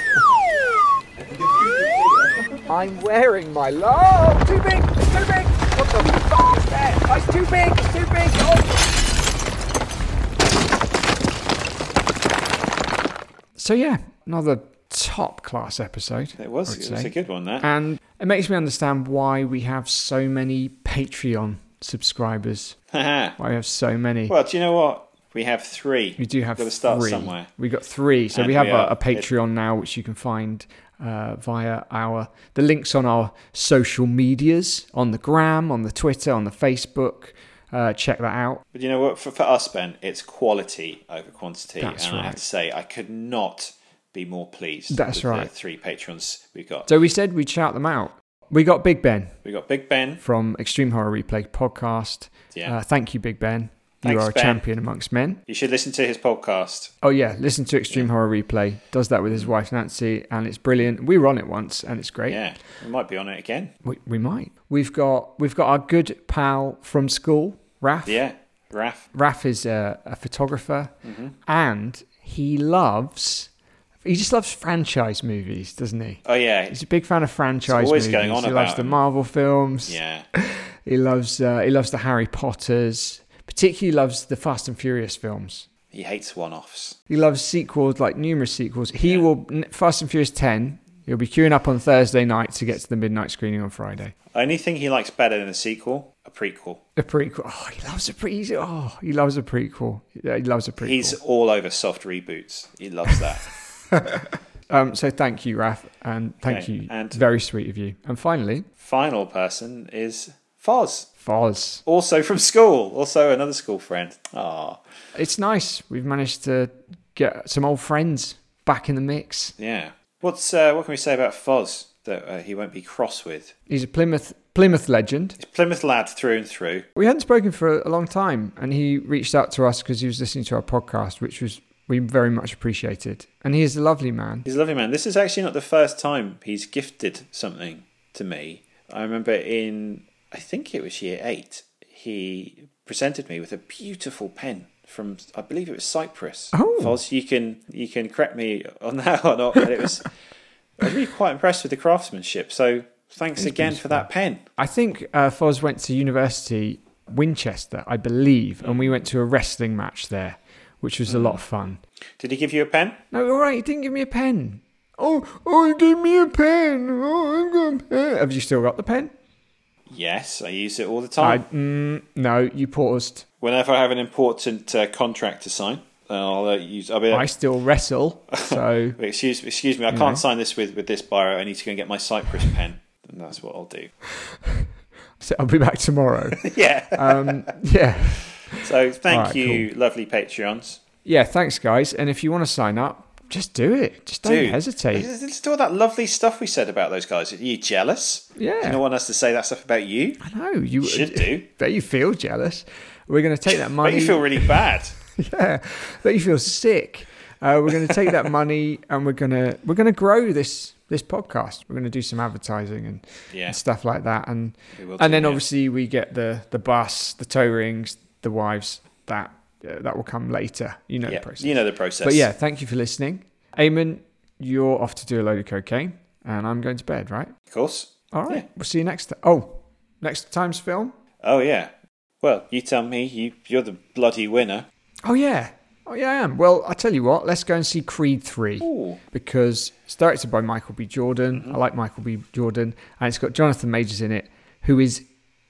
Speaker 1: I'm wearing my love. Too big. It's too big. What the fuck is that? Oh, it's too big. It's too big. Oh. So yeah, another top class episode.
Speaker 2: it was
Speaker 1: I'd
Speaker 2: it was
Speaker 1: say.
Speaker 2: a good one. That
Speaker 1: And it makes me understand why we have so many Patreon subscribers.
Speaker 2: Haha.
Speaker 1: (laughs) Why we have so many.
Speaker 2: (laughs) well, do you know what? We have three.
Speaker 1: We do have
Speaker 2: Got to start
Speaker 1: three.
Speaker 2: somewhere.
Speaker 1: We got three. So
Speaker 2: And
Speaker 1: we have
Speaker 2: we
Speaker 1: a,
Speaker 2: are-
Speaker 1: a Patreon now, which you can find uh, via our the links on our social medias, on the Gram, on the Twitter, on the Facebook. Uh, check that out.
Speaker 2: But you know what? For, for us, Ben, it's quality over quantity.
Speaker 1: That's
Speaker 2: and I have
Speaker 1: right.
Speaker 2: to say, I could not be more pleased
Speaker 1: That's
Speaker 2: with the
Speaker 1: right.
Speaker 2: three patrons we've got.
Speaker 1: So we said we'd shout them out. We got Big Ben
Speaker 2: we've got Big Ben.
Speaker 1: from Extreme Horror Replay podcast.
Speaker 2: Yeah.
Speaker 1: Uh, thank you, Big Ben.
Speaker 2: Thanks,
Speaker 1: you are a
Speaker 2: Ben.
Speaker 1: champion amongst men.
Speaker 2: You should listen to his podcast.
Speaker 1: Oh yeah, listen to Extreme Horror Replay. Does that with his wife Nancy, and it's brilliant. We were on it once, and it's great.
Speaker 2: Yeah, we might be on it again.
Speaker 1: We, we might. We've got we've got our good pal from school, Raf.
Speaker 2: Yeah, Raf.
Speaker 1: Raf is a, a photographer,
Speaker 2: Mm-hmm.
Speaker 1: and he loves he just loves franchise movies, doesn't he? (laughs)
Speaker 2: Oh yeah,
Speaker 1: He's a big fan of franchise
Speaker 2: always
Speaker 1: movies.
Speaker 2: going on
Speaker 1: he
Speaker 2: about
Speaker 1: loves the
Speaker 2: him.
Speaker 1: Marvel films.
Speaker 2: yeah.
Speaker 1: He loves uh, he loves the Harry Potters. Particularly loves the Fast and Furious films.
Speaker 2: He hates one-offs.
Speaker 1: He loves sequels, like numerous sequels. He will Fast and Furious Ten. He'll be queuing up on Thursday night to get to the midnight screening on Friday.
Speaker 2: Only thing he likes better than a sequel, a prequel.
Speaker 1: A prequel. Oh, he loves a prequel. Oh, he loves a prequel. Yeah, he loves a prequel.
Speaker 2: He's all over soft reboots. He loves that.
Speaker 1: Um, so thank you, Raf, and thank
Speaker 2: Okay,
Speaker 1: you.
Speaker 2: and-
Speaker 1: Very sweet of you. And finally,
Speaker 2: Final person is Foz,
Speaker 1: Foz.
Speaker 2: also from school, also another school friend. Ah,
Speaker 1: It's nice. We've managed to get some old friends back in the mix.
Speaker 2: yeah. What's uh, what can we say about Foz that uh, he won't be cross with?
Speaker 1: He's a Plymouth Plymouth legend.
Speaker 2: He's Plymouth lad through and through.
Speaker 1: We hadn't spoken for a long time, and he reached out to us because he was listening to our podcast, which was we very much appreciated. And he is a lovely man.
Speaker 2: He's a lovely man. This is actually not the first time he's gifted something to me. I remember in, I think it was year eight, he presented me with a beautiful pen from, I believe it was Cyprus.
Speaker 1: Oh.
Speaker 2: Foz, you can you can correct me on (laughs) that or not, but it was. I was really quite impressed with the craftsmanship. So thanks again for that pen.
Speaker 1: I think uh, Foz went to university Winchester, I believe, and we went to a wrestling match there, which was a lot of fun.
Speaker 2: Did he give you a pen?
Speaker 1: No, all right, he didn't give me a pen. Oh, oh, he gave me a pen. Oh, I've got a pen. Have you still got the pen?
Speaker 2: Yes, I use it all the
Speaker 1: I,
Speaker 2: time.
Speaker 1: mm, no, you paused.
Speaker 2: Whenever I have an important uh, contract to sign, I'll uh, use. I'll be
Speaker 1: I still
Speaker 2: (laughs)
Speaker 1: wrestle, so
Speaker 2: Wait, Excuse, excuse me, I can't sign this with, with this biro. I need to go and get my Cypress pen. And that's what I'll do. (laughs)
Speaker 1: so I'll be back tomorrow.
Speaker 2: Yeah.
Speaker 1: yeah.
Speaker 2: so thank
Speaker 1: Uh, alright,
Speaker 2: you, lovely Patreons.
Speaker 1: Yeah, thanks, guys. And if you want to sign up, just do it. Just don't
Speaker 2: Dude,
Speaker 1: hesitate.
Speaker 2: Let's do all that lovely stuff we said about those guys. Are you jealous?
Speaker 1: Yeah.
Speaker 2: Do you not want us to say that stuff about you?
Speaker 1: I know you
Speaker 2: Should
Speaker 1: (laughs)
Speaker 2: do.
Speaker 1: Bet you feel jealous. We're going to take that
Speaker 2: But
Speaker 1: money.
Speaker 2: you feel really bad.
Speaker 1: yeah, that you feel sick. Uh, we're going to take
Speaker 2: (laughs)
Speaker 1: that money and we're going to we're going to grow this this podcast. We're going to do some advertising and,
Speaker 2: Yeah.
Speaker 1: and stuff like that. And
Speaker 2: will do,
Speaker 1: and then
Speaker 2: yeah.
Speaker 1: obviously we get the the bus, the tow rings, the wives. That uh, that will come later. You know
Speaker 2: yeah.
Speaker 1: (laughs) the process.
Speaker 2: You know the process.
Speaker 1: But yeah, thank you for listening, Eamon. You're off to do a load of cocaine, and I'm going to bed. Right.
Speaker 2: Of course.
Speaker 1: All right.
Speaker 2: Yeah.
Speaker 1: We'll see you next. T- oh, next time's film.
Speaker 2: Oh, yeah. Well, you tell me. You, you're the bloody winner.
Speaker 1: Oh yeah. Oh yeah, I am. Well, I tell you what. Let's go and see Creed three.
Speaker 2: Ooh.
Speaker 1: because it's directed by Michael B. Jordan.
Speaker 2: Mm-hmm.
Speaker 1: I like Michael B. Jordan, and it's got Jonathan Majors in it, who is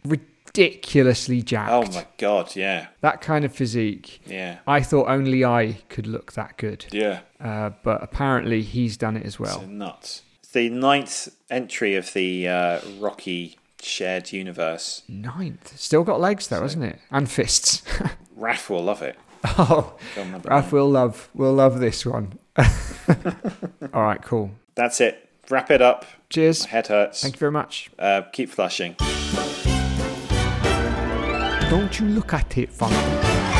Speaker 1: ridiculously jacked.
Speaker 2: Oh, my God. Yeah.
Speaker 1: That kind of physique.
Speaker 2: Yeah.
Speaker 1: I thought only I could look that good,
Speaker 2: Yeah.
Speaker 1: uh, but apparently he's done it as well.
Speaker 2: So nuts. It's the ninth entry of the uh, Rocky shared universe.
Speaker 1: Ninth, still got legs though, hasn't it? And fists. (laughs)
Speaker 2: Raph will love it.
Speaker 1: oh,
Speaker 2: Film number
Speaker 1: Raph
Speaker 2: nine.
Speaker 1: will love will love this
Speaker 2: (laughs)
Speaker 1: one. All right, cool.
Speaker 2: That's it. Wrap it up.
Speaker 1: Cheers.
Speaker 2: My head hurts.
Speaker 1: Thank you very much.
Speaker 2: Uh, keep flushing.
Speaker 1: Don't you look at it, fun.